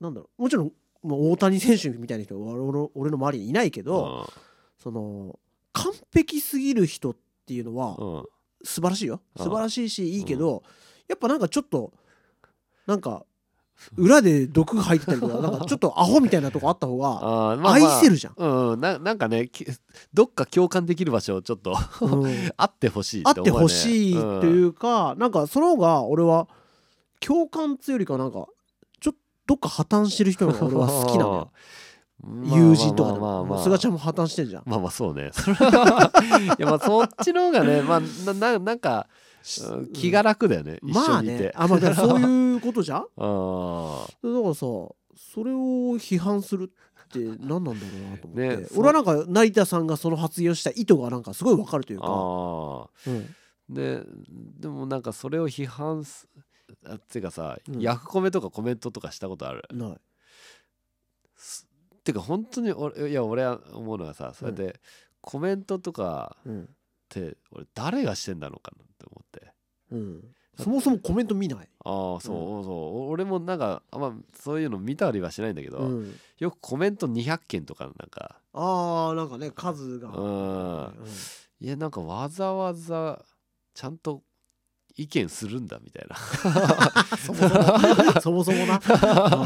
S1: なんだろうもちろん、まあ、大谷選手みたいな人は俺の俺の周りにいないけど、その完璧すぎる人っていうのは
S2: うんうん
S1: 素晴らしいよ
S2: うん
S1: 素晴らしいしいいけど、やっぱなんかちょっとなんか裏で毒入ってたり とかなんかちょっとアホみたいなとこあった方が
S2: あーまあまあ
S1: 愛せるじゃん、
S2: うんうんななんかねきどっか共感できる場所をちょっと
S1: うん
S2: あってほしい
S1: あってほしいといううか、なんかその方が俺は共感つよりかなんかちょっとどっか破綻してる人の方が俺は好きなのよ 友人とかで
S2: まあまあまあま
S1: も
S2: あ
S1: 菅ちゃんも破綻してんじゃん
S2: まあまあそうね。それは いやまあそっちの方がね、まあなななんかうん気が楽だよね。一
S1: ま
S2: 緒
S1: あ
S2: にい
S1: ね
S2: て。
S1: あまあだからそういうことじゃん
S2: あ
S1: だからさそれを批判するって何なんだろうなと思って、
S2: ねそう
S1: 俺はなんか成田さんがその発言をした意図がなんかすごいわかるという
S2: ー
S1: か、
S2: あ
S1: うん
S2: ー。ででもなんかそれを批判す。あっていうかさ、
S1: うん
S2: ヤフコメとかコメントとかしたことある。
S1: ない
S2: すっていうか本当に俺いや俺は思うのがさ、そうやってコメントとか
S1: うん
S2: って俺誰がしてんだろうかなって思って。
S1: うん、そもそもコメント見ない、
S2: ああそう、そう俺もなんかあんまそういうの見たりはしないんだけど、
S1: うん、
S2: よくコメント200件とかなんか
S1: あーなんかね数が、
S2: うん
S1: うん
S2: いやなんかわざわざちゃんと意見するんだみたい な、
S1: そもそもそもそもなあ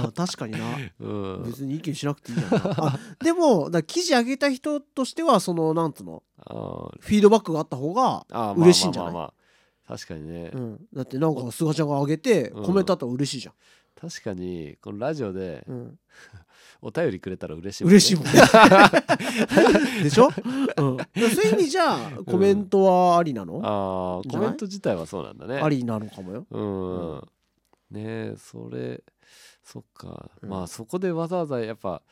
S1: あ確かにな
S2: うん、
S1: 別に意見しなくていいじゃんなあでもだから記事上げた人としてはそのなんつうの
S2: あー
S1: フィードバックがあった方が、
S2: あーまあ
S1: 嬉しいんじゃない
S2: まあまあまあ確かにね、
S1: うん、だってなんか菅ちゃんが上げて
S2: うん
S1: コメントあったら嬉しいじゃん、
S2: 確かにこのラジオで
S1: うん、
S2: お便りくれたら嬉しい
S1: 嬉しいも
S2: ん
S1: んね でしょ、うん、だからそういう意味じゃコメントはありなの、
S2: あー
S1: じ
S2: コ
S1: ゃない
S2: メント自体はそうなんだね
S1: ありなのかもよ
S2: うん、
S1: うん
S2: ねえそれそっか、
S1: うん
S2: まあそこでわざわざやっぱ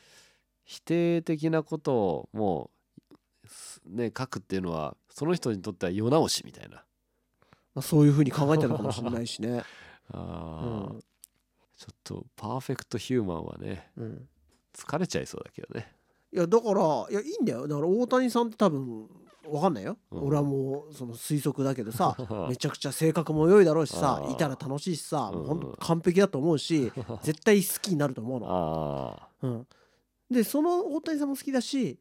S2: 否定的なことをもうすね書くっていうのはその人にとっては世直しみたいな
S1: まあ、そういうふうに考えたのかもしれないしね、う
S2: あー、
S1: ん
S2: ちょっとパーフェクトヒューマンはね
S1: うん、
S2: 疲れちゃいそうだけどね
S1: いやだからいやいいんだよだから大谷さんって多分わかんないよ、
S2: うん
S1: 俺はもうその推測だけど さめ
S2: あ
S1: ちゃくちゃ性格も良いだろうしさ
S2: あー
S1: いたら楽しいしさ、
S2: うん
S1: もうほんと完璧だと思うし 絶対好きになると思うの。
S2: あ
S1: うん、でその大谷さんも好きだし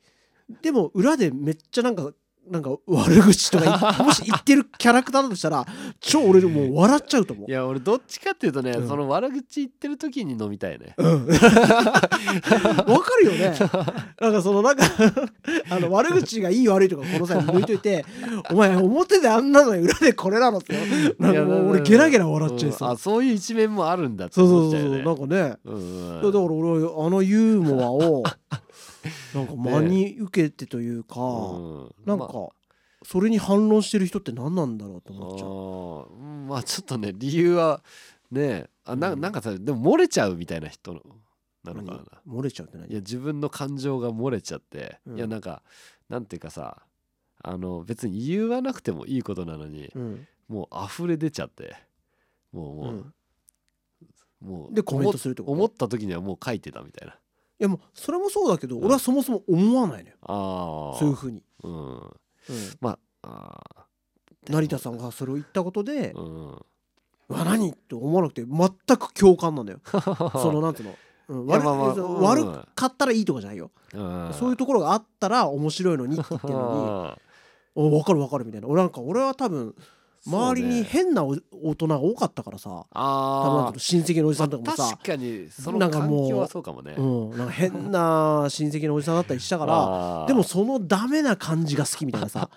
S1: でも裏でめっちゃなんかなんか悪口とかい もし言ってるキャラクターだとしたら超俺もう笑っちゃうと思う
S2: い。や俺どっちかっていうとね、
S1: うん
S2: その悪口言ってる時に飲みたいね
S1: うん、 わかるよねなんかそのなんか あの悪口がいい悪いとかこの際抜いといて 「お前表であんなのに裏でこれなの」ってなんかもう俺ゲラゲラ笑っちゃいそう、
S2: んあそういう一面もあるんだって
S1: そうそ
S2: 思っ
S1: う
S2: ち
S1: そ
S2: ゃ
S1: うそ
S2: う
S1: う、
S2: よね
S1: なんかね
S2: うん
S1: だから俺はあのユーモア をなんか真に受けてというか、
S2: うん
S1: なん
S2: ま
S1: か
S2: あ
S1: それに反論してる人って何なんだろうと思っちゃう
S2: あーうんまあちょっとね理由はねあな
S1: うん
S2: なんかさでも漏れちゃうみたいな人のなのかな
S1: 何漏れちゃうって
S2: い
S1: 何
S2: や自分の感情が漏れちゃって、
S1: うん
S2: いやなんかなんていうかさあの別に言わなくてもいいことなのに、
S1: うん
S2: もう溢れ出ちゃってもうもう、もう
S1: でコメントするってこと
S2: 思っ思った時にはもう書いてたみたいない
S1: やもうそれもそうだけど、
S2: うん
S1: 俺はそもそも思わないのよ
S2: ああ
S1: そういうふうに、
S2: うん
S1: うん
S2: まああ
S1: 成田さんがそれを言ったことで
S2: ー、うん
S1: 「うわ何?」って思わなくて全く共感 なんだよそのなんつうの、うん
S2: いや
S1: 悪
S2: まあまあ
S1: その
S2: う
S1: 悪
S2: ん
S1: かったらいいとかじゃないよ、
S2: うん
S1: そういうところがあったら面白いのにって言ってるのに お分かる分かるみたいな俺なんか俺は多分周りに変なお大人が多かったからさ多分なんか
S2: あ
S1: 親戚のおじさんとかもさ
S2: 確、かにそ
S1: な
S2: の
S1: んか
S2: 環
S1: もう
S2: 境はそうかもね
S1: うん、なんか変な親戚のおじさんだったりしたから
S2: ら
S1: でもそのダメな感じが好きみたいなさ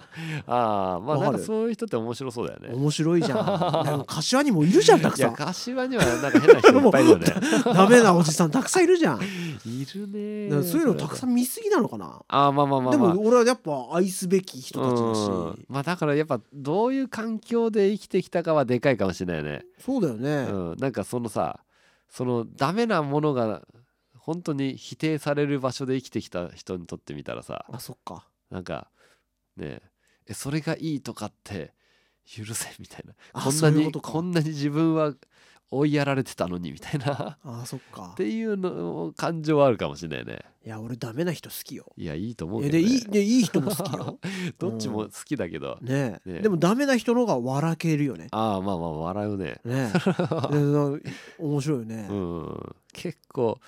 S2: あーま
S1: わか
S2: あな
S1: る
S2: んかそういう人って面白そうだよ ね
S1: 面白いじゃん なんか柏にもいるじゃんたく
S2: い
S1: さ
S2: や
S1: ん
S2: 柏にはなんか変な人いっぱいい るよね
S1: ダメなおじさんたくさんいるじ ゃんだか
S2: いるね
S1: らそういうのたくさ
S2: ん
S1: ん見すぎなのかな
S2: あーまあまあまあまあ
S1: でも俺はやっぱ愛すべき人たちだ
S2: うん
S1: し
S2: まあだからやっぱどういう環境で生きてきたかはでかいかもしれないね、
S1: そうだよね
S2: うん、なんかそのさそのダメなものが本当に否定される場所で生きてきた人にとってみたらさ
S1: あそっか
S2: なんかねええそれがいいとかって許せみたいな
S1: あ
S2: こん
S1: そ
S2: な
S1: ういう
S2: に
S1: こと
S2: こ
S1: か
S2: んなに自分は追いやられてたのにみたいな
S1: あそっか
S2: っていうの感情はあるかもしれないね
S1: いや俺ダメな人好きよ
S2: いやいいと思う
S1: い
S2: け
S1: や
S2: ど、
S1: で
S2: ね、
S1: いいでいい人も好きよ
S2: どっちも好きだけど、
S1: ね
S2: ね
S1: えでもダメな人の方が笑けるよね
S2: ああまあまあ笑うね
S1: ねえでな面白いよね
S2: うん結構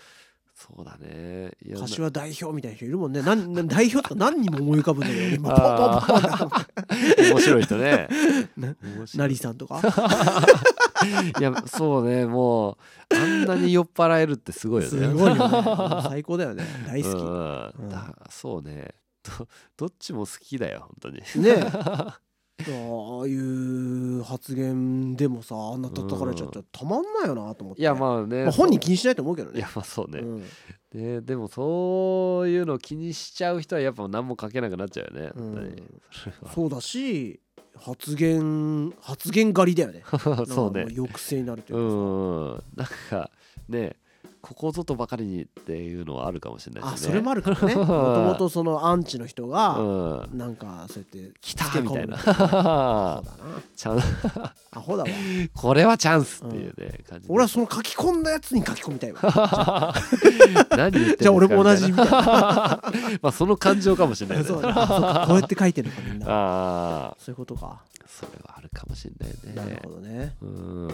S2: そうだねいやな
S1: 柏代表みたいな人いるもんねなんなん代表とか何人も思い浮かぶんだけど 今ポ
S2: あ
S1: ンポンポン
S2: ー面白い人ね
S1: な
S2: 面白い
S1: なりさんとか
S2: いやそうねもうあんなに酔っ払えるってすごいよね
S1: す ごいよね最高だよね大
S2: うん
S1: 好
S2: うん
S1: うん
S2: だそうねどどっちも好きだよ本当に
S1: き ねえああいう発言でもさあんな叩かれちゃったらたまんないよなと思って
S2: いやまあね、
S1: まあ本人
S2: そ
S1: 気にしないと思うけど
S2: うい
S1: ね
S2: やまあそうね、
S1: うん
S2: ねでもそういうの気にしちゃう人はやっぱ何も書けなくなっちゃうよね、
S1: うん
S2: 本当にそれは
S1: そうだし発言発言狩りだよね
S2: そうね
S1: なんかも抑制になるといううか
S2: んうんなんかねここぞとばかりにっていうのはあるかもしれない
S1: あ
S2: ですね
S1: それもあるから ねもともとそのアンチの人が
S2: うん
S1: なんかそうやって
S2: 来た
S1: つけ込
S2: み
S1: む
S2: たいな
S1: そうだな
S2: チャンス
S1: アホだわ
S2: これはチャンスっていうね、感じ
S1: 俺はその書き込んだやつに書き込みたいわじ
S2: は何言ってんですか
S1: ゃあ俺も同じ
S2: み
S1: みたいな
S2: たいなまあその感情かもしれないね
S1: そうだなあそっかこうやって書いてるのかみんな
S2: ああ
S1: そういうことか
S2: それはあるかもしれな
S1: ないる
S2: ね
S1: ほどね
S2: うん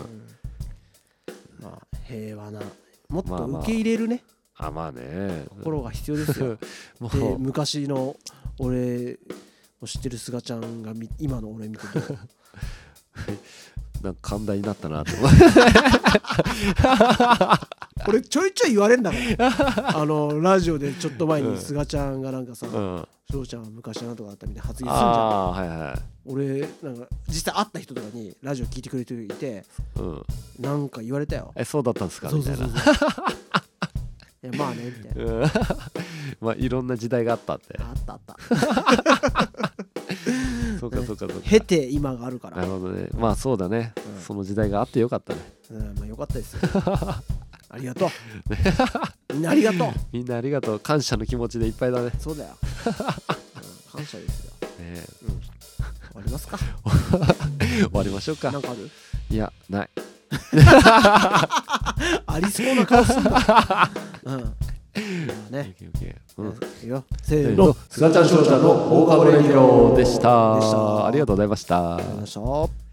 S1: まあ平和なもっ
S2: まあ
S1: と
S2: まあ
S1: 受け入れるね
S2: あまあね
S1: 心が必要ですよ
S2: も
S1: で
S2: う
S1: 昔の俺を知ってるすがちゃんがみ今の俺見て て
S2: なんか寛大になっ たなと思
S1: 俺ちょいちょい言われん だからあのラジオでちょっと前にすがちゃんがなんかさ
S2: う、うん、あ
S1: 翔ちゃんは昔なんとかだったみたいな発言するじゃん
S2: あはいは
S1: 俺なんか実際会った人とかにラジオ聞いてくれていて
S2: い、うん、
S1: なんか言われたよ
S2: えそうだったんですか
S1: そう
S2: みた
S1: そう
S2: い
S1: そ
S2: な
S1: うそう いやまあねみたいな
S2: うん まあいろんな時代があったって
S1: あったあった
S2: そうかそうかそうか
S1: 経て今があるか
S2: な
S1: ら
S2: る、ほどねまあそうだね、
S1: うん
S2: その時代があってよかったね
S1: うん、まあよかったですよ ありが とうみんなありがとう
S2: みんなありがとう感謝の気持ちでいっぱいだねね
S1: そうだよ、うん感謝ですよ
S2: え
S1: うん終わりますか。
S2: 終わりましょうか
S1: なんかある。
S2: いやない
S1: ありそうな顔すん だ。うん。じゃあね。
S2: OK OK うん
S1: いくよ。せーの。
S2: の、すがちゃんしょうちゃんの放課後レディオでした。
S1: でした
S2: ありがとうございました
S1: ありがとうございました。